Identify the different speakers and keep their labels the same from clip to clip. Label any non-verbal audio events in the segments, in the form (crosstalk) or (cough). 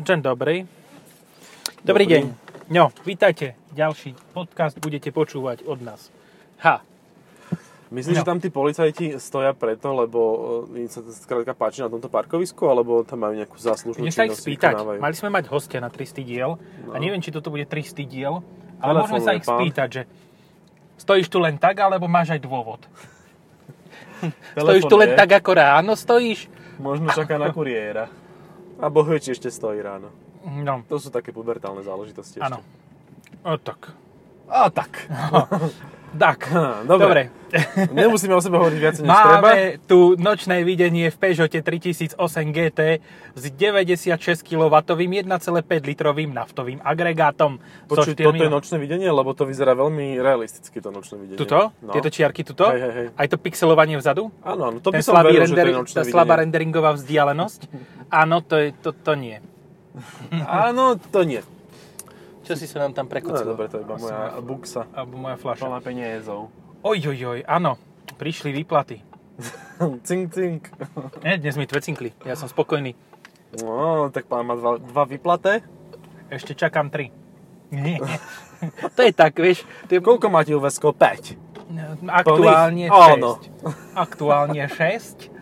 Speaker 1: Dzień dobry. Dobrý, deň. No, vítajte. Ďalší podcast budete počúvať od nás. Ha.
Speaker 2: Myslíš,
Speaker 1: No.
Speaker 2: že tam tí policajti stoja preto, lebo e, im sa to skrátka páči na tomto parkovisku, alebo tam majú nejakú záslužnú
Speaker 1: Idem sa ich
Speaker 2: činnosť?
Speaker 1: spýtať.
Speaker 2: vykonávajú?
Speaker 1: Mali sme mať hostia na 300 diel a
Speaker 2: No.
Speaker 1: neviem, či toto bude 300 diel, ale môžeme sa
Speaker 2: Telefonuje
Speaker 1: ich
Speaker 2: pán.
Speaker 1: spýtať, že stojíš tu len tak, alebo máš aj dôvod? Stojíš tu len
Speaker 2: je.
Speaker 1: tak, ako ráno stojíš?
Speaker 3: Možno čaká na kuriéra.
Speaker 2: A bohuje, či ešte stojí ráno.
Speaker 1: No,
Speaker 2: To sú také pubertálne záležitosti
Speaker 1: áno.
Speaker 2: ešte.
Speaker 1: O, tak.
Speaker 2: A tak.
Speaker 1: Tak.
Speaker 2: Dobre.
Speaker 1: Dobre.
Speaker 2: Nemusíme o sebe hovoriť viac, než treba.
Speaker 1: Máme tu nočné videnie v Peugeote 3008 GT s 96 kW 1,5 litrovým naftovým agregátom. so
Speaker 2: Počuj, toto je
Speaker 1: štyrmi- no-
Speaker 2: nočné videnie, lebo to vyzerá veľmi realisticky, to nočné videnie.
Speaker 1: Tuto?
Speaker 2: No.
Speaker 1: Tieto čiarky tuto?
Speaker 2: Hej, hej, hej.
Speaker 1: Aj to pixelovanie vzadu?
Speaker 2: Áno, áno, to by
Speaker 1: Ten
Speaker 2: som
Speaker 1: slabý
Speaker 2: veril, že to
Speaker 1: render,
Speaker 2: je nočné
Speaker 1: tá
Speaker 2: videnie.
Speaker 1: slabá renderingová vzdialenosť? Áno, to, je, to, to nie.
Speaker 2: Áno, to nie.
Speaker 1: Čo si sa nám tam
Speaker 2: No,
Speaker 1: prekocilo?
Speaker 2: dobre, to je iba
Speaker 1: Asi
Speaker 2: moja
Speaker 1: moja-
Speaker 2: buksa.
Speaker 1: Alebo moja fľaša.
Speaker 3: Plná peniezov.
Speaker 1: Oj, oj, oj, áno. Prišli výplaty.
Speaker 2: (laughs) Cink, cink.
Speaker 1: Ne, dnes mi tvecinkli. Ja som spokojný.
Speaker 2: No, tak pán má dva, dva vyplaté.
Speaker 1: Ešte čakám tri. Nie.
Speaker 2: (laughs)
Speaker 1: to je tak, vieš. To je
Speaker 2: Koľko máte uväzkov? 5.
Speaker 1: aktuálne 6.
Speaker 2: Plných? Áno.
Speaker 1: Aktuálne 6.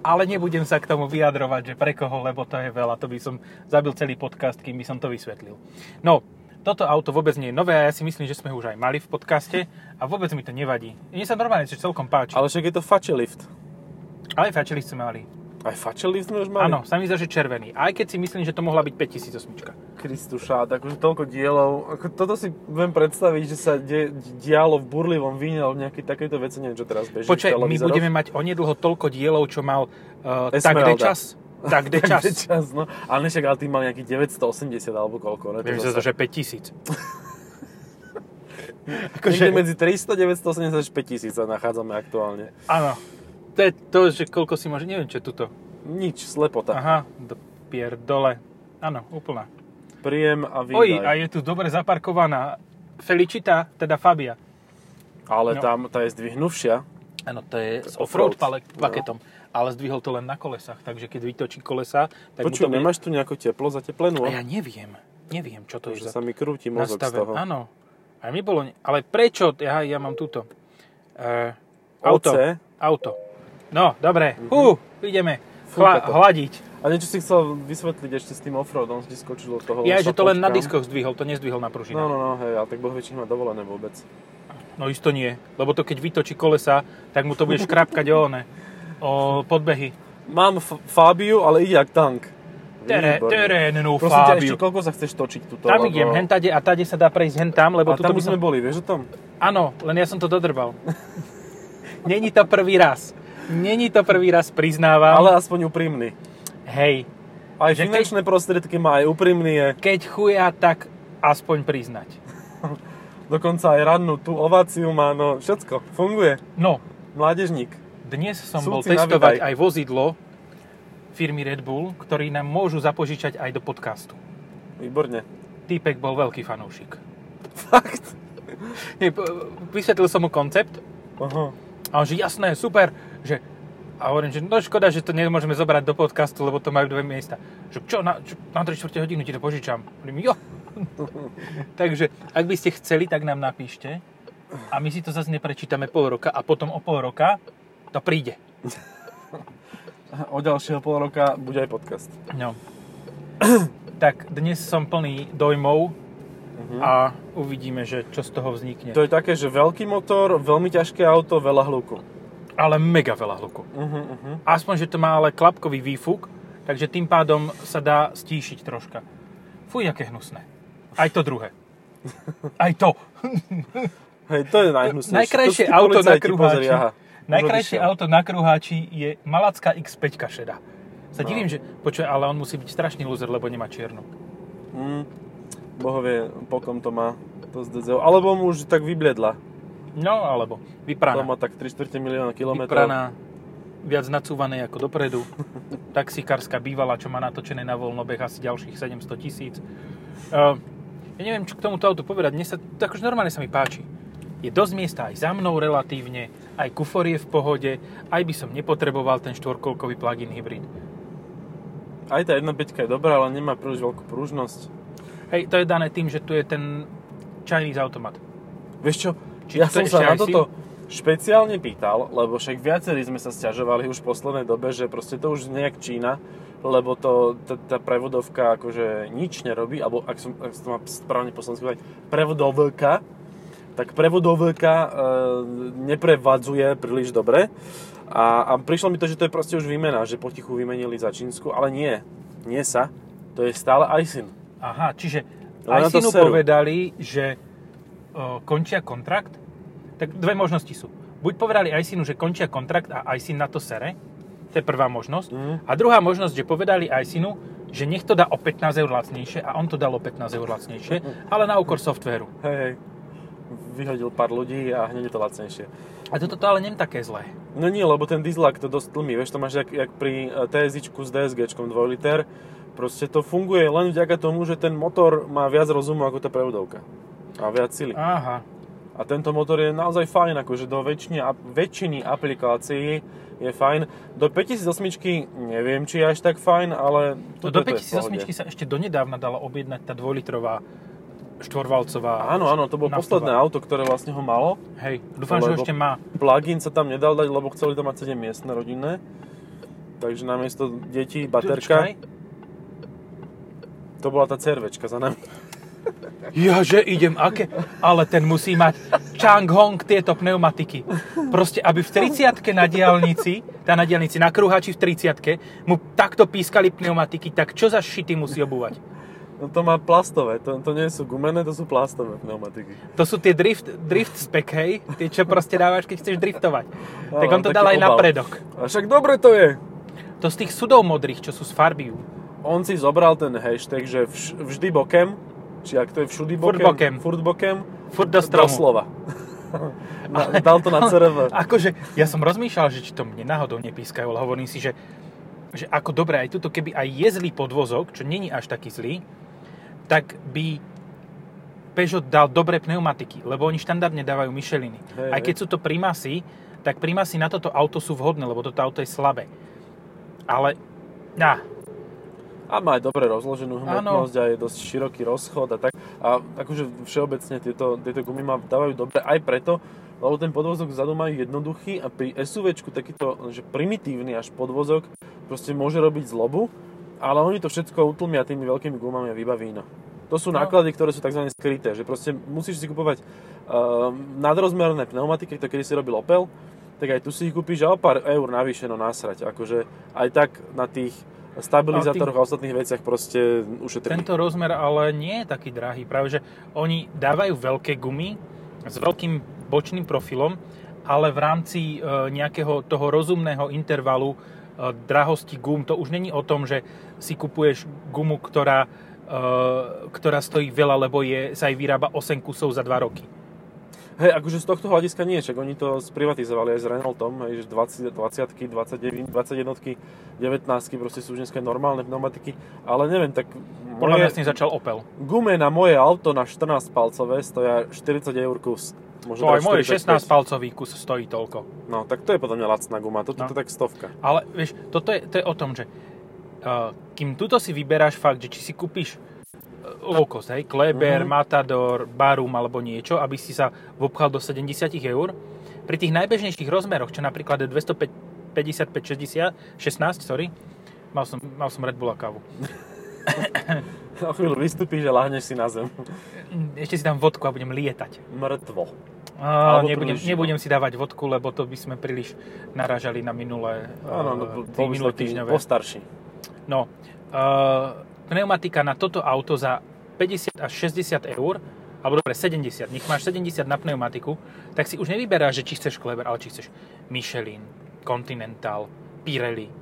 Speaker 1: Ale nebudem sa k tomu vyjadrovať, že pre koho, lebo to je veľa. To by som zabil celý podcast, kým by som to vysvetlil. No, toto auto vôbec nie je nové a ja si myslím, že sme ho už aj mali v podcaste a vôbec mi to nevadí. Mne sa normálne že celkom páči. Ale,
Speaker 2: Ale však je to fače lift.
Speaker 1: ale aj fačeli sme mali.
Speaker 2: Aj fače lift sme už mali?
Speaker 1: Áno, sa mi zdá, že červený. Aj keď si myslím, že to mohla byť 5008.
Speaker 2: Kristušát, akože toľko dielov. Ako, toto si viem predstaviť, že sa de, dialo v burlivom víne alebo v nejakej takejto veci, neviem, čo teraz beží
Speaker 1: Počkaj,
Speaker 2: v
Speaker 1: my
Speaker 2: televízoroch.
Speaker 1: budeme mať onedlho toľko dielov, čo mal uh, tak
Speaker 2: Esmeralda.
Speaker 1: de čas. (laughs) Tak
Speaker 2: (laughs)
Speaker 1: de
Speaker 2: čas.
Speaker 1: čas.
Speaker 2: čas no. Ale však, ale ty mal nejaký 980 alebo koľko, ne? To
Speaker 1: Viem, že to,
Speaker 2: zase-
Speaker 1: že
Speaker 2: (laughs)
Speaker 1: 5000.
Speaker 2: Niekde medzi 300, 980 až 5000 sa nachádzame aktuálne.
Speaker 1: Áno. To je to, že koľko si môže... Neviem, čo je tuto.
Speaker 2: Nič, slepota.
Speaker 1: Aha, do pierdole. Áno, úplná.
Speaker 2: Príjem a výdaj.
Speaker 1: Oj, a je tu dobre zaparkovaná Felicita, teda Fabia.
Speaker 2: Ale
Speaker 1: no.
Speaker 2: tam tá je zdvihnuvšia.
Speaker 1: Áno, to je s offroad
Speaker 2: offroad.
Speaker 1: pale- paketom. Ale zdvihol to len na kolesách, takže keď vytočí kolesa, tak mu
Speaker 2: Počuj,
Speaker 1: to bude...
Speaker 2: nemáš tu nejako teplo zateplenú?
Speaker 1: A ja neviem. Neviem, čo to je
Speaker 2: Že
Speaker 1: za
Speaker 2: sa mi krúti mozog z
Speaker 1: nastaven.
Speaker 2: toho.
Speaker 1: Áno. A mi bolo... ne- Ale prečo? Ja, ja mám túto. E, auto.
Speaker 2: Oce.
Speaker 1: Auto. No, dobre. Hú, ideme.
Speaker 2: Mhm. Fú,
Speaker 1: Chla-
Speaker 2: tato.
Speaker 1: hladiť.
Speaker 2: A niečo si chcel vysvetliť ešte s tým offroadom, si skočil do toho.
Speaker 1: Ja,
Speaker 2: sa
Speaker 1: že to len na
Speaker 2: potkám.
Speaker 1: diskoch zdvihol, to nezdvihol na pružinách.
Speaker 2: No, no, no, hej, ale tak boh vie, či ich má dovolené vôbec.
Speaker 1: No isto nie, lebo to keď vytočí kolesa, tak mu to bude škrapkať o one, o podbehy.
Speaker 2: Mám f- Fabiu, ale ide jak tank.
Speaker 1: Tere,
Speaker 2: Výborne.
Speaker 1: terénu
Speaker 2: Prosím ťa, ešte
Speaker 1: Fabiu.
Speaker 2: koľko sa chceš točiť tuto?
Speaker 1: Tam idem, hen tade a tade sa dá prejsť hen tam, lebo
Speaker 2: Lebo a
Speaker 1: tu
Speaker 2: tam
Speaker 1: by
Speaker 2: už sme
Speaker 1: som...
Speaker 2: boli, vieš o tom?
Speaker 1: Áno, len ja som to
Speaker 2: (laughs)
Speaker 1: dodrbal. Není to prvý raz. Není to prvý raz, priznávam.
Speaker 2: Ale aspoň úprimný.
Speaker 1: Hej,
Speaker 2: Aj
Speaker 1: Že
Speaker 2: finančné prostriedky má, aj úprimný je.
Speaker 1: keď chuja, tak aspoň priznať.
Speaker 2: Dokonca aj rannú tú ováciu má, no všetko, funguje.
Speaker 1: No,
Speaker 2: Mládežník.
Speaker 1: dnes som
Speaker 2: Súci
Speaker 1: bol
Speaker 2: na
Speaker 1: testovať
Speaker 2: výdaj.
Speaker 1: aj vozidlo firmy Red Bull, ktorý nám môžu zapožičať aj do podcastu.
Speaker 2: Výborne. (laughs)
Speaker 1: Týpek bol veľký fanúšik.
Speaker 2: Fakt.
Speaker 1: Nie, p- vysvetlil som mu koncept
Speaker 2: Aha.
Speaker 1: a on že jasné, super, že a hovorím, že no škoda, že to nemôžeme zobrať do podcastu, lebo to majú dve miesta. Že čo, na, čo, na 3 čtvrte hodinu ti to požičam. Hovorím, (laughs) jo. Takže, ak by ste chceli, tak nám napíšte a my si to zase neprečítame pol roka a potom o pol roka to príde.
Speaker 2: O ďalšieho pol roka bude aj podcast.
Speaker 1: No. (clears throat) tak, dnes som plný dojmov
Speaker 2: Mhm.
Speaker 1: a uvidíme, že čo z toho vznikne.
Speaker 2: To je také, že veľký motor, veľmi ťažké auto, veľa hluku.
Speaker 1: Ale mega veľa hluku.
Speaker 2: Uh-huh,
Speaker 1: mhm.
Speaker 2: uh-huh.
Speaker 1: Aspoň, že to má ale klapkový výfuk, takže tým pádom sa dá stíšiť troška. Fuj, aké hnusné. Aj to
Speaker 2: (laughs)
Speaker 1: druhé. Aj to.
Speaker 2: Hej, to je najhnusnejšie.
Speaker 1: Najkrajšie
Speaker 2: To si tí
Speaker 1: auto na
Speaker 2: policajti
Speaker 1: kruháči.
Speaker 2: pozri, aha.
Speaker 1: Najkrajšie
Speaker 2: Rodičia.
Speaker 1: auto na kruháči je Malacká X5 šeda. Sa
Speaker 2: No.
Speaker 1: divím, že... Počuj, ale on musí byť strašný loser, lebo nemá čiernu.
Speaker 2: Mm, boho vie, pokom to má. To zdedzeo. Alebo mu už tak vybliedla.
Speaker 1: No, alebo
Speaker 2: To
Speaker 1: vypraná.
Speaker 2: má tak 3 čtvrte milióna kilometrov.
Speaker 1: Vypraná, viac nacúvané ako dopredu. Taxikárska bývala, čo má natočené na voľnobeh asi ďalších 700 tisíc. Uh, ja neviem, čo k tomuto autu povedať. Dnes sa, to akože normálne sa mi páči. Je dosť miesta aj za mnou relatívne, aj kufor je v pohode, aj by som nepotreboval ten štvorkolkový plug-in hybrid.
Speaker 2: Aj tá 1.5 je dobrá, ale nemá príliš veľkú pružnosť.
Speaker 1: Hej, to je dané tým, že tu je ten Chinese automat.
Speaker 2: Vieš čo,
Speaker 1: Či
Speaker 2: ja
Speaker 1: to
Speaker 2: som
Speaker 1: ešte
Speaker 2: sa na
Speaker 1: aj si?
Speaker 2: toto špeciálne pýtal, lebo však viacerí sme sa stiažovali už v poslednej dobe, že proste to už nejak Čína, lebo to, tá, tá prevodovka akože nič nerobí, alebo ak som, ak som to má správne po slovensku povedať, prevodovka, tak prevodovka e, neprevadzuje príliš dobre. A, a prišlo mi to, že to je proste už výmena, že potichu vymenili za Čínsku, ale nie, nie sa, to je stále ISIN.
Speaker 1: Aha, čiže
Speaker 2: No,
Speaker 1: aj
Speaker 2: na to
Speaker 1: synu
Speaker 2: serú.
Speaker 1: povedali, že o, končia kontrakt, tak dve možnosti sú. Buď povedali aj synu, že končia kontrakt a aj syn na to sere, to je prvá možnosť.
Speaker 2: Mhm.
Speaker 1: A druhá možnosť, že povedali aj synu, že nech to dá o 15 eur lacnejšie a on to dal o 15 eur
Speaker 2: (laughs)
Speaker 1: lacnejšie, ale na úkor softvéru.
Speaker 2: Hej, hej, vyhodil pár ľudí a hneď je to lacnejšie.
Speaker 1: A toto to ale nem také zlé.
Speaker 2: No nie, lebo ten dieselák to dosť tlmí, vieš, to máš jak, jak pri TSI s DSG 2 liter, proste to funguje len vďaka tomu, že ten motor má viac rozumu ako tá prevodovka a viac sily.
Speaker 1: Aha.
Speaker 2: A tento motor je naozaj fajn, akože do väčšiny, ap- väčšiny aplikácií je fajn. Do 5008 neviem, či je až tak fajn, ale...
Speaker 1: To No
Speaker 2: toto
Speaker 1: do
Speaker 2: je v pohode.
Speaker 1: 5008 sa ešte donedávna dala objednať tá dvojlitrová štvorvalcová.
Speaker 2: Áno, áno, to bolo
Speaker 1: naftová.
Speaker 2: posledné auto, ktoré vlastne ho malo.
Speaker 1: Hej, dúfam, že ho
Speaker 2: Lebo-
Speaker 1: ešte má.
Speaker 2: Plugin sa tam nedal dať, lebo chceli to mať 7 miestne rodinné. Takže namiesto detí, baterka,
Speaker 1: Počkaj.
Speaker 2: to bola tá cervečka za nami.
Speaker 1: Ja, že idem, aké? Ale ten musí mať Chang Hong tieto pneumatiky. Proste, aby v 30 na diálnici, tá na diálnici na kruhači v 30 mu takto pískali pneumatiky, tak čo za šity musí obúvať?
Speaker 2: No to má plastové, to, to nie sú gumené, to sú plastové pneumatiky.
Speaker 1: To sú tie drift, drift spec, hej? Tie, čo proste dávaš, keď chceš driftovať. tak
Speaker 2: Áno,
Speaker 1: on to
Speaker 2: taký
Speaker 1: dal aj na
Speaker 2: obal.
Speaker 1: predok.
Speaker 2: A však dobre to je.
Speaker 1: To z tých sudov modrých, čo sú z Farbiu.
Speaker 2: On si zobral ten hashtag, že vš, vždy bokem, či ak to je všudy bokem,
Speaker 1: Furt bokem.
Speaker 2: furt bokem
Speaker 1: Furt do
Speaker 2: do
Speaker 1: stromu.
Speaker 2: slova. (laughs) na, dal to na
Speaker 1: (laughs)
Speaker 2: CRV.
Speaker 1: Akože, ja som rozmýšľal, že či to mne náhodou nepískajú, ale hovorím si, že, že ako dobré aj tuto, keby aj je zlý podvozok, čo není až taký zlý, tak by Peugeot dal dobré pneumatiky, lebo oni štandardne dávajú Micheliny.
Speaker 2: Hej,
Speaker 1: aj
Speaker 2: hej.
Speaker 1: keď sú to primasy, tak primasy na toto auto sú vhodné, lebo toto auto je slabé. Ale, na,
Speaker 2: A má aj dobre rozloženú hmotnosť a je dosť široký rozchod a tak. A akože všeobecne tieto, tieto gumy ma dávajú dobre aj preto, lebo ten podvozok vzadu majú jednoduchý a pri SUVčku takýto že primitívny až podvozok proste môže robiť zlobu, ale oni to všetko utlmia tými veľkými gumami a vybaví no. To sú
Speaker 1: No.
Speaker 2: náklady, ktoré sú tzv. skryté, že proste musíš si kupovať ehm, nadrozmerné pneumatiky, to kedy si robil Opel, tak aj tu si ich kúpiš a o pár eur navyše, no nasrať. Akože aj tak na tých stabilizátoroch a ostatných veciach proste ušetrí.
Speaker 1: Tento rozmer ale nie je taký drahý. Práve, že oni dávajú veľké gumy s veľkým bočným profilom, ale v rámci e, nejakého toho rozumného intervalu e, drahosti gum, to už není o tom, že si kupuješ gumu, ktorá, e, ktorá stojí veľa, lebo je, sa aj vyrába 8 kusov za 2 roky.
Speaker 2: Hej, akože z tohto hľadiska nie, však oni to sprivatizovali aj s Renaultom, hej, že 20, 20 29, 21 19 proste sú už dneska normálne pneumatiky, ale neviem, tak
Speaker 1: Podľa mňa s
Speaker 2: moje
Speaker 1: tým začal Opel.
Speaker 2: gume na moje auto na 14 palcové stoja 40 eur kus.
Speaker 1: To
Speaker 2: Možno teraz
Speaker 1: aj môj
Speaker 2: 45.
Speaker 1: 16-palcový kus stojí toľko.
Speaker 2: No, tak to je podľa mňa lacná guma, toto
Speaker 1: No.
Speaker 2: to je tak stovka.
Speaker 1: Ale vieš, toto je, to je o tom, že uh, kým tuto si vyberáš fakt, že či si kúpiš uh, low cost, hej, Kleber,
Speaker 2: Mhm.
Speaker 1: Matador, Barum alebo niečo, aby si sa vopchal do 70 eur, pri tých najbežnejších rozmeroch, čo napríklad je 255, 60, 16, sorry, mal som, mal som Red Bulla kávu.
Speaker 2: Na chvíľu vystúpiš a lahneš si na zem.
Speaker 1: Ešte si dám vodku a budem lietať.
Speaker 2: Mŕtvo.
Speaker 1: A
Speaker 2: Alebo
Speaker 1: nebudem,
Speaker 2: príliš živo.
Speaker 1: nebudem si dávať vodku, lebo to by sme príliš naražali na minulé,
Speaker 2: Áno,
Speaker 1: no,
Speaker 2: no, bol- bol už taký
Speaker 1: minulotýždňové
Speaker 2: postarší.
Speaker 1: No, uh, pneumatika na toto auto za 50 až 60 eur, alebo dobre, 70, nech máš 70 na pneumatiku, tak si už nevyberáš, že či chceš Kleber, ale či chceš Michelin, Continental, Pirelli,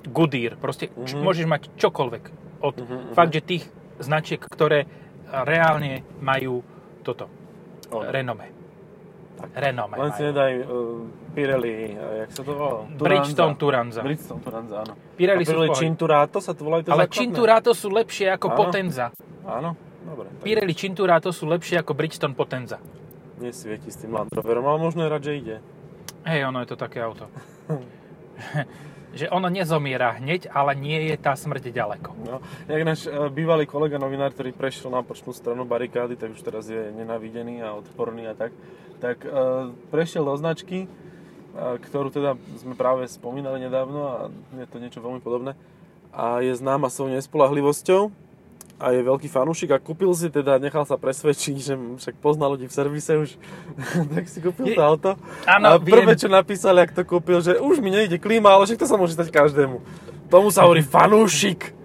Speaker 1: Goodyear, proste č-
Speaker 2: Mhm.
Speaker 1: môžeš mať čokoľvek. Od,
Speaker 2: Mhm, mhm.
Speaker 1: Fakt, že tých značiek, ktoré eh, reálne majú toto,
Speaker 2: On.
Speaker 1: renome. Renome
Speaker 2: No. Len si
Speaker 1: majú.
Speaker 2: nedaj uh, Pirelli, eh, jak sa to volalo?
Speaker 1: Bridgestone Turanza.
Speaker 2: Bridgestone Turanza, áno.
Speaker 1: Pirelli
Speaker 2: Pirelli,
Speaker 1: sú v
Speaker 2: Pirelli
Speaker 1: pohode.
Speaker 2: Cinturato sa to volajú to
Speaker 1: Ale
Speaker 2: základné?
Speaker 1: Cinturato sú lepšie ako
Speaker 2: Áno.
Speaker 1: Potenza.
Speaker 2: Áno, dobre. Tak
Speaker 1: Pirelli Cinturato sú lepšie ako Bridgestone Potenza.
Speaker 2: Nesvieti s tým Land Roverom, ale možno je rád, že ide.
Speaker 1: Hej, ono je to také auto. (laughs) že ono nezomiera hneď, ale nie je tá smrť ďaleko.
Speaker 2: No, jak náš e, bývalý kolega novinár, ktorý prešiel na počnú stranu barikády, tak už teraz je nenávidený a odporný a tak, tak e, prešiel do značky, e, ktorú teda sme práve spomínali nedávno a je to niečo veľmi podobné a je známa svojou nespolahlivosťou a je veľký fanúšik a kúpil si teda, nechal sa presvedčiť, že však pozná ľudí v servise už, (laughs) tak si kúpil
Speaker 1: Je-
Speaker 2: to auto.
Speaker 1: Áno,
Speaker 2: a
Speaker 1: viem.
Speaker 2: prvé, čo napísali, ak to kúpil, že už mi nejde klíma, ale však to sa môže stať každému. Tomu sa hovorí fanúšik.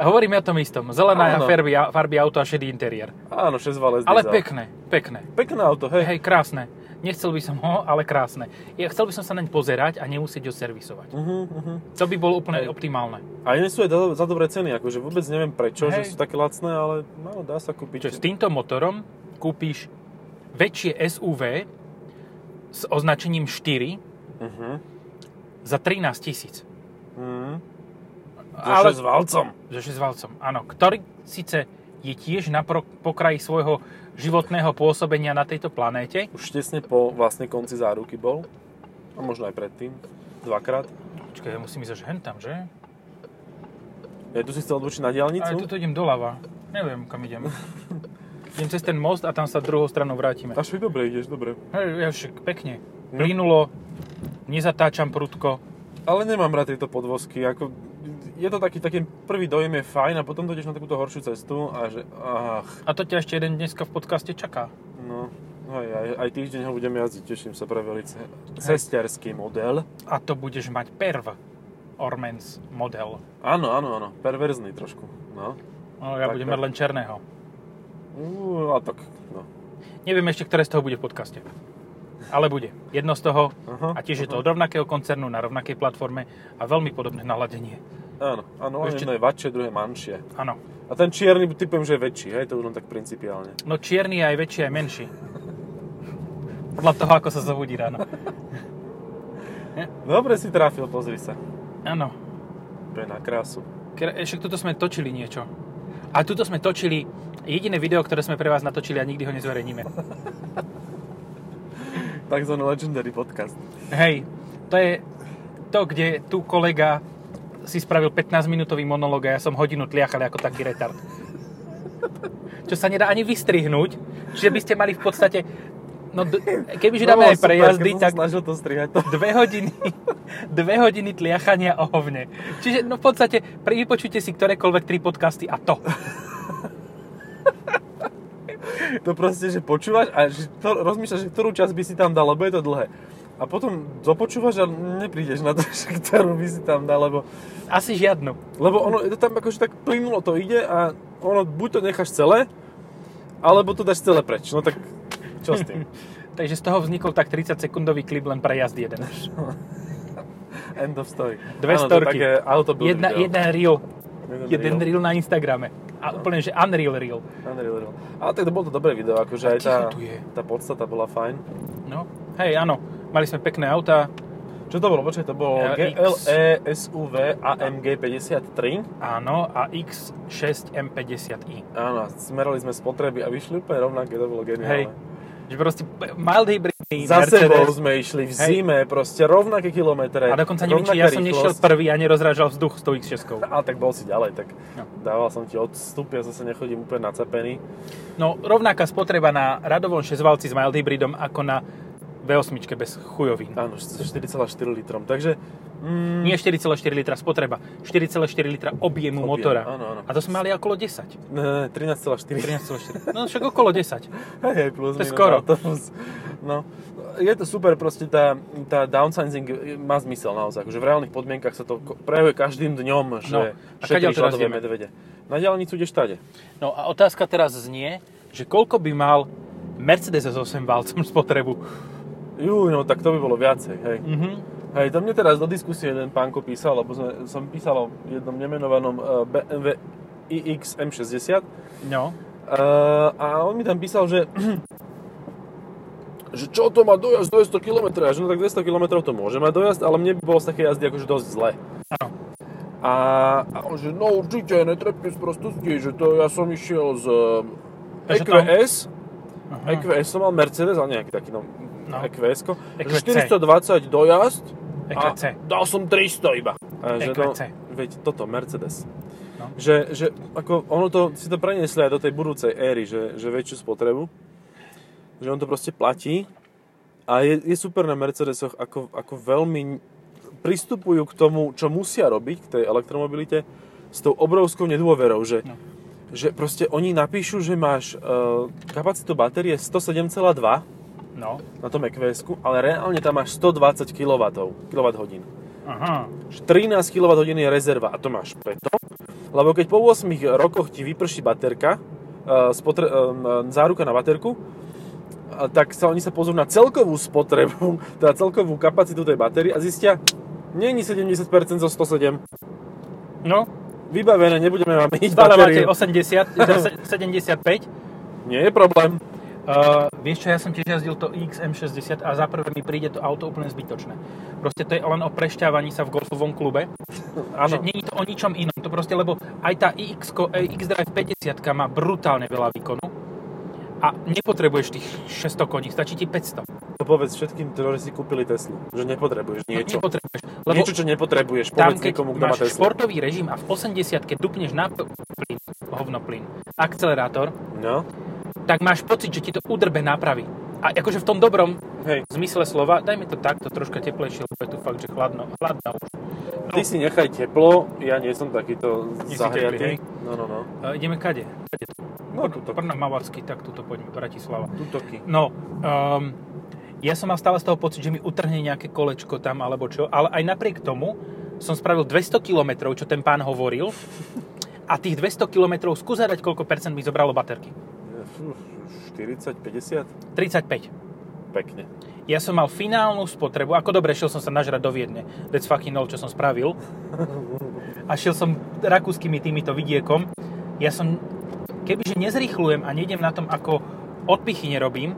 Speaker 1: Hovoríme o tom istom. Zelená
Speaker 2: Áno.
Speaker 1: farby, farby auto a šedý interiér.
Speaker 2: Áno, 6 valec
Speaker 1: Ale pekné, pekné.
Speaker 2: Pekné auto, hej.
Speaker 1: Hej, krásne. Nechcel by som ho, ale krásne. Ja chcel by som sa naň pozerať a nemusieť ho servisovať.
Speaker 2: Uh-huh, uh-huh.
Speaker 1: To by bolo úplne
Speaker 2: Hej.
Speaker 1: optimálne.
Speaker 2: A nie sú aj za, za dobré ceny, akože vôbec neviem prečo,
Speaker 1: Hej.
Speaker 2: že sú také lacné, ale no, dá sa kúpiť.
Speaker 1: Čo s týmto motorom kúpiš väčšie SUV s označením 4
Speaker 2: Uh-huh.
Speaker 1: za 13 tisíc.
Speaker 2: Mm.
Speaker 1: Ale-
Speaker 2: Ale... s valcom.
Speaker 1: So šesťvalcom, áno. Ktorý síce je tiež na pro, pokraji svojho životného pôsobenia na tejto planéte.
Speaker 2: Už tesne po vlastne konci záruky bol. A možno aj predtým. Dvakrát.
Speaker 1: Počkaj, ja musím ísť až hen tam, že?
Speaker 2: Ja tu si chcel odbočiť na
Speaker 1: Ale
Speaker 2: diálnicu.
Speaker 1: tuto idem doľava. Neviem, kam idem.
Speaker 2: (laughs)
Speaker 1: idem cez ten most a tam sa druhou stranou vrátime.
Speaker 2: Až dobre ideš, dobre.
Speaker 1: Hej, ja však pekne.
Speaker 2: No.
Speaker 1: Plynulo, nezatáčam prudko.
Speaker 2: Ale nemám rád tieto podvozky, ako je to taký, taký prvý dojem je fajn a potom dojdeš na takúto horšiu cestu a že ach,
Speaker 1: A to ťa ešte jeden dneska v podcaste čaká.
Speaker 2: no, aj, aj, aj týždeň ho budem jazdiť, teším sa pre velice. Cestiarský model.
Speaker 1: A to budeš mať perv Ormens model.
Speaker 2: Áno, áno, áno, perverzný trošku, no.
Speaker 1: No, ja
Speaker 2: Tak,
Speaker 1: budem
Speaker 2: tak.
Speaker 1: mať len černého.
Speaker 2: Uú, a tak, no.
Speaker 1: Neviem ešte, ktoré z toho bude v podcaste. Ale bude. Jedno z toho.
Speaker 2: Aha,
Speaker 1: A tiež je to od rovnakého koncernu na rovnakej platforme a veľmi podobné naladenie.
Speaker 2: Áno, áno,
Speaker 1: Ešte-
Speaker 2: Ešte... jedno je vačie, druhé manšie.
Speaker 1: Áno.
Speaker 2: A ten čierny typujem, že je väčší, hej, to už len tak principiálne.
Speaker 1: No čierny je aj väčší, aj menší. Podľa toho, ako sa zobudí ráno.
Speaker 2: Dobre si trafil, pozri sa.
Speaker 1: Áno.
Speaker 2: To je na krásu.
Speaker 1: Kre- Však tuto sme točili niečo. A tuto sme točili jediné video, ktoré sme pre vás natočili a nikdy ho nezverejníme.
Speaker 2: Takzvaný legendary podcast.
Speaker 1: Hej, to je to, kde tu kolega si spravil 15-minútový monolog a ja som hodinu tliachal ako taký retard. Čo sa nedá ani vystrihnúť, že by ste mali v podstate... No, d- kebyže
Speaker 2: No,
Speaker 1: dáme aj prejazdy,
Speaker 2: tak...
Speaker 1: tak
Speaker 2: snažil to strihať to.
Speaker 1: dve hodiny, dve hodiny tliachania o hovne. Čiže no v podstate pri vypočujte si ktorékoľvek tri podcasty a to.
Speaker 2: To proste, že počúvaš a že to, rozmýšľaš, že ktorú časť by si tam dal, lebo je to dlhé. A potom zopočúvaš a neprídeš na to, (laughs) že ktorú by si tam dal, lebo,
Speaker 1: Asi žiadnu.
Speaker 2: lebo ono, je to tam akože tak plynulo to ide a ono, buď to necháš celé, alebo to dáš celé preč. No tak čo s tým?
Speaker 1: Takže z toho vznikol tak 30-sekundový klip len pre jazd jeden.
Speaker 2: (laughs) End of story.
Speaker 1: Dve
Speaker 2: Áno, to je
Speaker 1: storky.
Speaker 2: také auto build
Speaker 1: Jedna,
Speaker 2: video.
Speaker 1: jedna reel.
Speaker 2: Jeden
Speaker 1: Jeden
Speaker 2: reel.
Speaker 1: reel na Instagrame. A úplne, že unreal reel.
Speaker 2: Unreal, reel. Ale tak to bolo to dobré video, akože
Speaker 1: A
Speaker 2: aj tá,
Speaker 1: ticho tu je.
Speaker 2: tá podstata bola fajn.
Speaker 1: No, hej, áno. Mali sme pekné autá.
Speaker 2: Čo to bolo? Počkaj, to bolo E
Speaker 1: LX.
Speaker 2: GLE SUV AMG 53.
Speaker 1: Áno, a X6 M50i.
Speaker 2: Áno, smerali sme spotreby a vyšli úplne rovnaké, to bolo
Speaker 1: Hej.
Speaker 2: geniálne.
Speaker 1: Že proste mild hybridný
Speaker 2: Za sebou
Speaker 1: Mercedes.
Speaker 2: sme išli v
Speaker 1: Hej.
Speaker 2: zime, proste rovnaké
Speaker 1: A
Speaker 2: kilometre.
Speaker 1: dokonca neviem, či
Speaker 2: rovnaká
Speaker 1: ja som nešiel
Speaker 2: rýchlosť.
Speaker 1: prvý a nerozrážal vzduch s tou X6.
Speaker 2: Ale tak bol si ďalej, tak
Speaker 1: No.
Speaker 2: dával som ti odstup, ja zase nechodím úplne nacepený.
Speaker 1: No, rovnaká spotreba na radovom šesťvalci s mild hybridom ako na V8 bez chujovín.
Speaker 2: Áno, s 4,4 litrom, takže... Mm,
Speaker 1: Nie 4,4 litra spotreba, 4,4 litra objemu
Speaker 2: Objem,
Speaker 1: motora.
Speaker 2: áno, áno.
Speaker 1: A to sme mali okolo 10.
Speaker 2: ne, ne, 13,4.
Speaker 1: 13,4. No však okolo 10.
Speaker 2: (laughs) Hej, hej, plus,
Speaker 1: To je
Speaker 2: minus
Speaker 1: skoro.
Speaker 2: autobus. No, je to super, proste tá, tá downsizing má zmysel naozaj. Akože v reálnych podmienkach sa to ko- prejavuje každým dňom, že
Speaker 1: No,
Speaker 2: no.
Speaker 1: a kadiaľ teraz ideme?
Speaker 2: medvede. Na diálnicu ideš tade.
Speaker 1: No a otázka teraz znie, že koľko by mal Mercedes s 8 válcom (laughs) spotrebu?
Speaker 2: Jú, no tak to by bolo viacej, hej.
Speaker 1: Mhm.
Speaker 2: Hej, to mne teraz do diskusie jeden pánko písal, lebo sme, som písal o jednom nemenovanom eh, BMW iX M60
Speaker 1: No.
Speaker 2: Eh, a on mi tam písal, že (clears throat) že čo to má dojazd 200 km, a že no tak 200 km to môže mať dojazd, ale mne by bolo z takej jazdy akože dosť zle.
Speaker 1: Áno.
Speaker 2: A, a on že no určite, netrepte z prostosti, že to ja som išiel z eh,
Speaker 1: Takže tam-
Speaker 2: EQS,
Speaker 1: Aha.
Speaker 2: EQS som mal Mercedes, ale nejaký taký no,
Speaker 1: No.
Speaker 2: no. EQS,
Speaker 1: EQC.
Speaker 2: že 420 dojazd
Speaker 1: EKC.
Speaker 2: A dal som 300 iba. A že no,
Speaker 1: EKC.
Speaker 2: veď toto, Mercedes.
Speaker 1: No.
Speaker 2: Že, že ako ono to, si to preniesli aj do tej budúcej éry, že, že väčšiu spotrebu. Že on to proste platí. A je, je super na Mercedesoch, ako, ako veľmi pristupujú k tomu, čo musia robiť, k tej elektromobilite, s tou obrovskou nedôverou, že, no. že proste oni napíšu, že máš uh, kapacitu batérie 107,2
Speaker 1: No.
Speaker 2: na tom eqs ale reálne tam máš 120 kWh, kWh.
Speaker 1: Aha.
Speaker 2: Že 13 kWh je rezerva a to máš preto, lebo keď po 8 rokoch ti vyprší baterka, eh, spotre- ehm, záruka na baterku, a tak sa oni sa pozrú na celkovú spotrebu, (laughs) teda celkovú kapacitu tej batérie a zistia, není 70% zo 107,
Speaker 1: No,
Speaker 2: vybavené, nebudeme vám myť
Speaker 1: stále máte
Speaker 2: batérie, (laughs)
Speaker 1: 80, teda se- 75.
Speaker 2: nie je problém.
Speaker 1: Uh, vieš čo, ja som tiež jazdil to XM60 a za prvé mi príde to auto úplne zbytočné. Proste to je len o prešťávaní sa v golfovom klube. Že
Speaker 2: Áno,
Speaker 1: nie je to o ničom inom. To proste, lebo aj tá iX, X-Drive 50 má brutálne veľa výkonu a nepotrebuješ tých 600 koní, stačí ti 500.
Speaker 2: to povedz všetkým, ktorí si kúpili Teslu, že nepotrebuješ niečo.
Speaker 1: Nepotrebuješ. No, Lebo
Speaker 2: Niečo, čo nepotrebuješ,
Speaker 1: tam,
Speaker 2: povedz
Speaker 1: keď
Speaker 2: niekomu, kto má
Speaker 1: máš
Speaker 2: Teslu.
Speaker 1: športový režim a v 80 keď dupneš na p- plyn, hovno plyn, akcelerátor,
Speaker 2: No,
Speaker 1: tak máš pocit, že ti to udrbe nápravy. A akože v tom dobrom
Speaker 2: hej,
Speaker 1: zmysle slova, dajme to takto, troška teplejšie, lebo je tu fakt, že chladno, chladno už.
Speaker 2: ty si nechaj teplo, ja nie som takýto
Speaker 1: Nie si teplý, hej?
Speaker 2: zahriatý. No, no, no.
Speaker 1: E, ideme kade? Kade tu?
Speaker 2: No, tuto.
Speaker 1: Brno, Mavarský, tak tuto poďme, Bratislava.
Speaker 2: Tutoky.
Speaker 1: No, um, ja som mal stále z toho pocit, že mi utrhne nejaké kolečko tam alebo čo, ale aj napriek tomu som spravil 200 km, čo ten pán hovoril a tých 200 km skús hľadať, koľko percent mi zobralo baterky.
Speaker 2: 40, 50?
Speaker 1: 35.
Speaker 2: Pekne.
Speaker 1: Ja som mal finálnu spotrebu, ako dobre, šiel som sa nažrať do Viedne. That's fucking all, čo som spravil. A šiel som rakúskymi týmito vidiekom. Ja som, kebyže nezrychľujem a nejdem na tom, ako odpichy nerobím,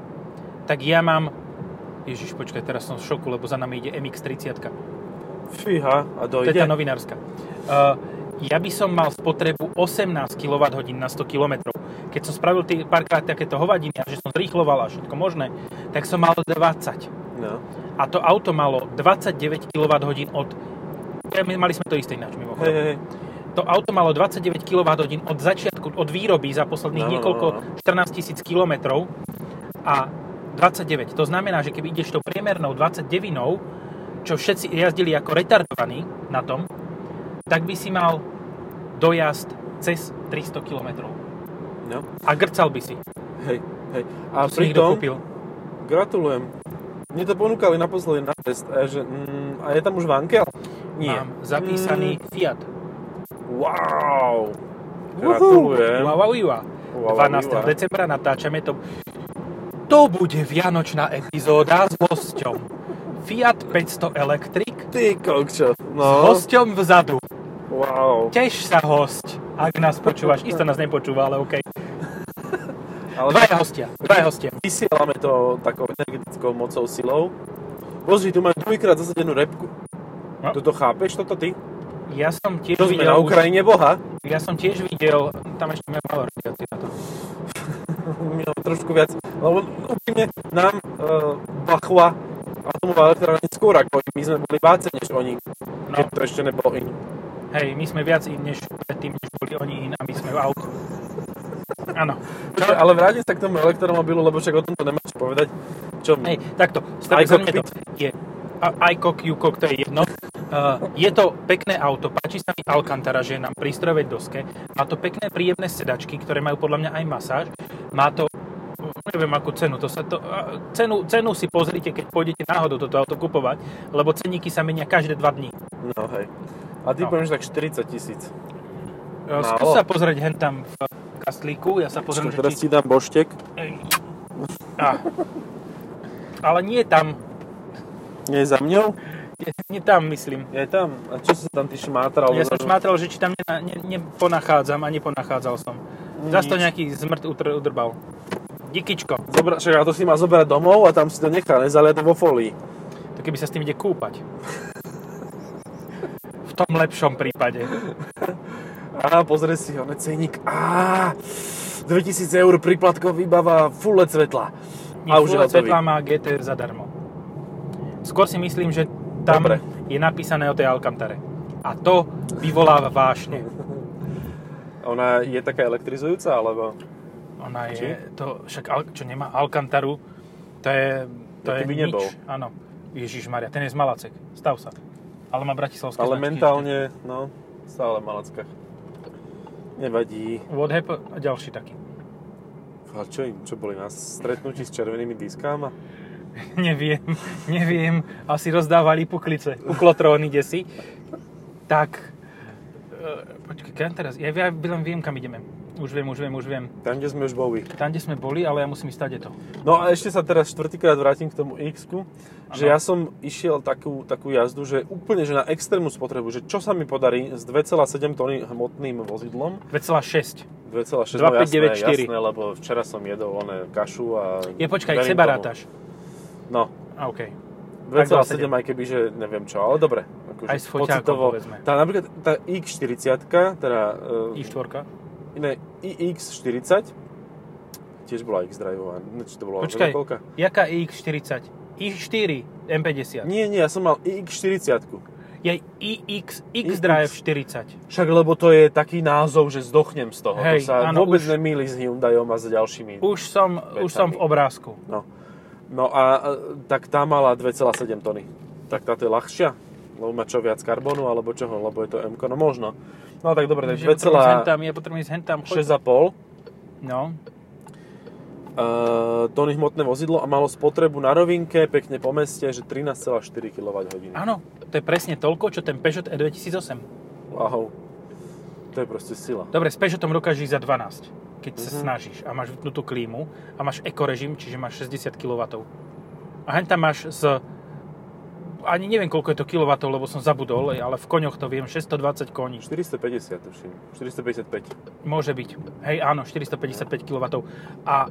Speaker 1: tak ja mám... Ježiš, počkaj, teraz som v šoku, lebo za nami ide MX-30.
Speaker 2: Fíha, a
Speaker 1: To je tá
Speaker 2: dojde.
Speaker 1: novinárska. Uh, ja by som mal spotrebu 18 kWh na 100 km. Keď som spravil tie párkrát takéto hovadiny, a že som zrýchloval a všetko možné, tak som mal 20
Speaker 2: No.
Speaker 1: a to auto malo 29 kWh od... Ja, my- Mali sme to isté ináč
Speaker 2: Hej,
Speaker 1: mimochodom.
Speaker 2: hej, hej.
Speaker 1: To auto malo 29 kWh od začiatku, od výroby za posledných
Speaker 2: No, no, no,
Speaker 1: niekoľko
Speaker 2: no.
Speaker 1: 14 tisíc km a 29. To znamená, že keby ideš tou priemernou 29, čo všetci jazdili ako retardovaní na tom, tak by si mal dojazd cez 300 km.
Speaker 2: No.
Speaker 1: A grcal by si.
Speaker 2: Hej, hej.
Speaker 1: A
Speaker 2: A
Speaker 1: to si niekto
Speaker 2: pritom,
Speaker 1: kúpil.
Speaker 2: gratulujem. Mne to ponúkali naposledy na test, a, že, mm, a je tam už vankel? Nie.
Speaker 1: Mám zapísaný
Speaker 2: Mm,
Speaker 1: Fiat.
Speaker 2: wow. Gratulujem.
Speaker 1: Wow, wow, wow.
Speaker 2: Wow, wow,
Speaker 1: 12.
Speaker 2: wow.
Speaker 1: decembra natáčame to. To bude vianočná epizóda s hosťom. Fiat 500 Electric
Speaker 2: Ty kokčo.
Speaker 1: s
Speaker 2: No.
Speaker 1: hosťom vzadu.
Speaker 2: Wow.
Speaker 1: Teš sa hosť, ak nás počúvaš. Isto nás nepočúva, ale OK.
Speaker 2: Ale
Speaker 1: Dvaja hostia, dvaja hostia.
Speaker 2: vysielame to takou energetickou mocou, silou. Pozri, tu majú dvojkrát zasadenú repku.
Speaker 1: No.
Speaker 2: Toto chápeš, toto ty?
Speaker 1: Ja som tiež
Speaker 2: To sme
Speaker 1: videl...
Speaker 2: na
Speaker 1: už-
Speaker 2: Ukrajine Boha. (laughs)
Speaker 1: Ja som tiež videl... Tam ešte majú malo radiácie na to.
Speaker 2: my máme trošku viac, lebo úprimne nám e, Bachua atomová elektrárne skôr ako my sme boli váce než oni,
Speaker 1: No.
Speaker 2: keď to ešte nebolo in.
Speaker 1: Hej, my sme viac in než predtým, než boli oni in a my sme v autu. Áno.
Speaker 2: Čo, ale vrátim sa k tomu elektromobilu, lebo však o tomto nemáš čo povedať. Čo
Speaker 1: Hej,
Speaker 2: mi?
Speaker 1: takto, stav, za mňa to
Speaker 2: cockpit.
Speaker 1: je a- aj kok, ju kok, to je jedno. Uh, je to pekné auto, páči sa mi Alcantara, že je na prístrojovej doske. Má to pekné, príjemné sedačky, ktoré majú podľa mňa aj masáž. Má to neviem akú cenu, to sa to, a, cenu, cenu si pozrite, keď pôjdete náhodou toto auto kupovať, lebo ceníky sa menia každé dva Eh, dní.
Speaker 2: No hej. A ty
Speaker 1: No.
Speaker 2: no. povieš tak 40 tisíc.
Speaker 1: Uh,
Speaker 2: Málo.
Speaker 1: skús sa pozrieť hen tam v kastlíku, ja sa pozriem, že
Speaker 2: teraz
Speaker 1: či...
Speaker 2: ti dám boštek.
Speaker 1: Ej. Á. Ale nie tam,
Speaker 2: Nie je za mňou?
Speaker 1: nie, nie tam myslím.
Speaker 2: Je tam. A čo si tam ty šmátral?
Speaker 1: Ja som šmátral, že či tam ne- ne- neponachádzam a neponachádzal som. Zas to nejaký zmrt utr- udrbal. Dikičko,
Speaker 2: Zobra, však, a to si má zobrať domov a tam si to nechá, nezalia to vo folii.
Speaker 1: to keby sa s tým ide kúpať. V tom lepšom prípade.
Speaker 2: A pozrie si ho, ceník. Á, 2000 eur príplatkov vybava full LED svetla.
Speaker 1: A už
Speaker 2: je hotový.
Speaker 1: svetla má GT zadarmo. Skôr si myslím, že tam
Speaker 2: Dobre.
Speaker 1: je napísané o tej Alcantare. A to vyvoláva vášne.
Speaker 2: Ona je taká elektrizujúca, alebo
Speaker 1: Ona je,
Speaker 2: Či?
Speaker 1: to, však Al- čo nemá Alcantaru, to je, to
Speaker 2: Ja
Speaker 1: je
Speaker 2: keby
Speaker 1: nič.
Speaker 2: nebol.
Speaker 1: Áno. Ježiš Maria, ten je z Malacek. Stav sa. Ale má bratislavské
Speaker 2: ale
Speaker 1: značky
Speaker 2: mentálne, no, stále v Malackách. Nevadí.
Speaker 1: ešte. What happened? A ďalší taký. (laughs)
Speaker 2: A čo im, čo boli na stretnutí s červenými diskama?
Speaker 1: neviem, neviem. Asi rozdávali puklice. Puklotróny desi. Tak, e, počkaj, kam teraz? Ja, ja len viem, kam ideme. Už viem, už viem, už viem.
Speaker 2: Tam, kde sme už boli.
Speaker 1: Tam, kde sme boli, ale ja musím ísť tady to.
Speaker 2: No a ešte sa teraz štvrtýkrát vrátim k tomu x že
Speaker 1: Áno.
Speaker 2: ja som išiel takú, takú jazdu, že úplne že na extrémnu spotrebu, že čo sa mi podarí s 2,7 tony hmotným vozidlom,
Speaker 1: 2,6.
Speaker 2: 2,6 no
Speaker 1: 2594.
Speaker 2: jasné, jasné, lebo včera som jedol oné kašu a...
Speaker 1: Je, počkaj,
Speaker 2: verím
Speaker 1: seba
Speaker 2: tomu.
Speaker 1: rátaš.
Speaker 2: No,
Speaker 1: A okej.
Speaker 2: 2,7
Speaker 1: 2,7.
Speaker 2: aj keby, že neviem čo, ale dobre. Akože
Speaker 1: Aj s foťákom, povedzme.
Speaker 2: Tá, napríklad tá X40, teda e,
Speaker 1: I4.
Speaker 2: iné iX40, tiež bola X-driveová, neviem, či to bola
Speaker 1: Počkaj,
Speaker 2: koľka?
Speaker 1: jaká iX40? i4 M50.
Speaker 2: Nie, nie, ja som mal iX40.
Speaker 1: Je iX X-Drive 40.
Speaker 2: Však lebo to je taký názov, že zdochnem z toho.
Speaker 1: Hej,
Speaker 2: to sa
Speaker 1: áno,
Speaker 2: vôbec
Speaker 1: už-
Speaker 2: nemýli s Hyundaiom a s ďalšími.
Speaker 1: Už som, už som v obrázku.
Speaker 2: No. no a e, tak tá mala 2,7 tony. Tak táto je ľahšia? Lebo má čo viac karbonu alebo čoho? Lebo je to m no možno. No tak dobre, tak
Speaker 1: Takže potrebujem ísť
Speaker 2: 2,6,5
Speaker 1: hentam, je potrebujem ísť hentam, choď. No,
Speaker 2: uh, tony hmotné vozidlo a malo spotrebu na rovinke, pekne po meste, že 13,4 kWh.
Speaker 1: áno, to je presne toľko, čo ten Peugeot E E2008.
Speaker 2: Wow. To je proste sila.
Speaker 1: Dobre, s Peugeotom dokážeš ísť za 12, keď
Speaker 2: Mhm.
Speaker 1: sa snažíš a máš vypnutú klímu a máš ekorežim, čiže máš 60 kW. A hentam máš z ani neviem, koľko je to kilovatov, lebo som zabudol, ale v koňoch to viem, 620 koní.
Speaker 2: 450, tuším. 455.
Speaker 1: Môže byť. Hej, áno, 455 kW. A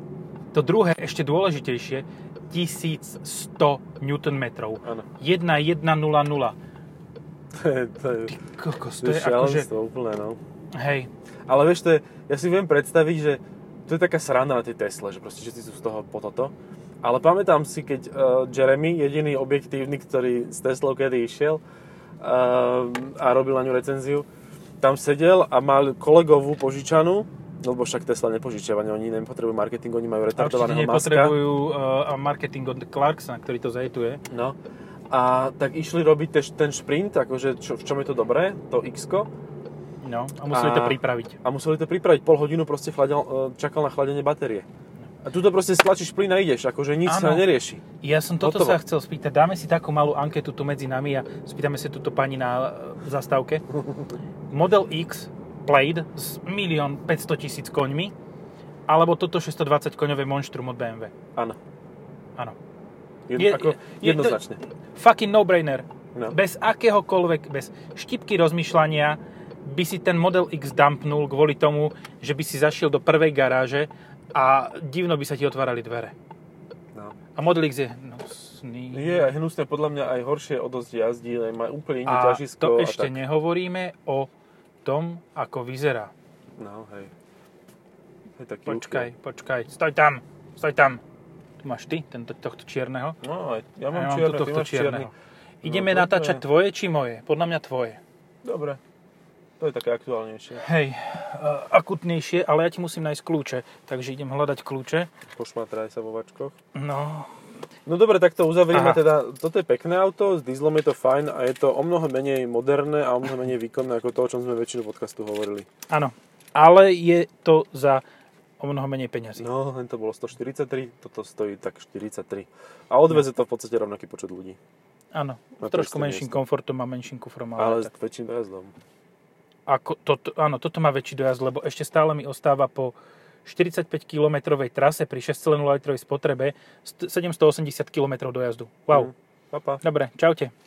Speaker 1: to druhé, ešte dôležitejšie, 1100 Nm.
Speaker 2: Áno. (laughs)
Speaker 1: 1100.
Speaker 2: To je, to je,
Speaker 1: Kokos,
Speaker 2: to je
Speaker 1: akože...
Speaker 2: šialenstvo úplné, no.
Speaker 1: Hej,
Speaker 2: Ale vieš, to je, ja si viem predstaviť, že to je taká sranda na tej Tesle, že proste všetci sú z toho po toto. Ale pamätám si, keď uh, Jeremy, jediný objektívny, ktorý s Teslou kedy išiel uh, a robil na ňu recenziu, tam sedel a mal kolegovú požičanú, lebo však Tesla nepožičiava, oni nepotrebujú marketing, oni
Speaker 1: a
Speaker 2: majú
Speaker 1: určite
Speaker 2: retardovaného maska.
Speaker 1: nepotrebujú uh, marketing od Clarksona, ktorý to zajetuje.
Speaker 2: No. A tak išli robiť tež ten šprint, akože čo, v čom je to dobré, to x
Speaker 1: No, a museli
Speaker 2: A-
Speaker 1: to pripraviť.
Speaker 2: a museli to pripraviť. Pol hodinu proste chladel, e, čakal na chladenie batérie. A tu to proste stlačíš plyn a ideš, akože nič
Speaker 1: Áno.
Speaker 2: sa nerieši.
Speaker 1: Ja som toto
Speaker 2: Hotovo.
Speaker 1: sa chcel spýtať. Dáme si takú malú anketu tu medzi nami a spýtame sa túto pani na e,
Speaker 2: (laughs)
Speaker 1: zastávke. Model X Blade s 1 500 tisíc koňmi alebo toto 620 koňové monštrum od BMW.
Speaker 2: Áno.
Speaker 1: Áno.
Speaker 2: Jed,
Speaker 1: Je-
Speaker 2: ako,
Speaker 1: je-
Speaker 2: jednoznačne.
Speaker 1: Fucking no-brainer.
Speaker 2: No.
Speaker 1: Bez akéhokoľvek, bez štipky rozmýšľania by si ten Model X dumpnul kvôli tomu, že by si zašiel do prvej garáže a divno by sa ti otvárali dvere.
Speaker 2: No.
Speaker 1: A Model X je hnusný.
Speaker 2: Je aj hnusné, podľa mňa aj horšie o dosť jazdí, aj má úplne iné
Speaker 1: A
Speaker 2: ťažisko.
Speaker 1: to
Speaker 2: a
Speaker 1: ešte
Speaker 2: tak.
Speaker 1: nehovoríme o tom, ako vyzerá.
Speaker 2: No, hej. Je taký
Speaker 1: Počkaj, počkaj, stoj tam, stoj tam. Tu máš ty, tento, tohto čierneho.
Speaker 2: uchylý. No, aj, ja mám
Speaker 1: A ja
Speaker 2: čierne,
Speaker 1: tu
Speaker 2: ty máš čierny.
Speaker 1: Ideme
Speaker 2: No, to
Speaker 1: natáčať
Speaker 2: je-
Speaker 1: tvoje či moje? Podľa mňa tvoje.
Speaker 2: Dobre. To je také aktuálnejšie.
Speaker 1: Hej, e, akutnejšie, ale ja ti musím nájsť kľúče, takže idem hľadať kľúče.
Speaker 2: Pošmatraj sa vo vačkoch.
Speaker 1: No,
Speaker 2: No dobre, tak to
Speaker 1: Aha.
Speaker 2: uzavrieme teda. Toto je pekné auto, s dieslom je to fajn a je to o mnoho menej moderné a o mnoho menej výkonné ako to, o čom sme väčšinu podcastu hovorili.
Speaker 1: áno, ale je to za o mnoho menej peňazí.
Speaker 2: No, len to bolo 143, toto stojí tak 43. A odveze
Speaker 1: No.
Speaker 2: to v podstate rovnaký počet ľudí,
Speaker 1: Áno, s
Speaker 2: Na No, to
Speaker 1: trošku
Speaker 2: isté
Speaker 1: menším
Speaker 2: miesto.
Speaker 1: komfortom a menším kufrom.
Speaker 2: ale,
Speaker 1: No, Ale,
Speaker 2: s väčším dojazdom.
Speaker 1: Ako, toto, áno, toto má väčší dojazd, lebo ešte stále mi ostáva po 45-kilometrovej trase pri 6,0 litrovej spotrebe st- 780 km dojazdu. Wow.
Speaker 2: Mhm. Papa.
Speaker 1: Dobre, čaute.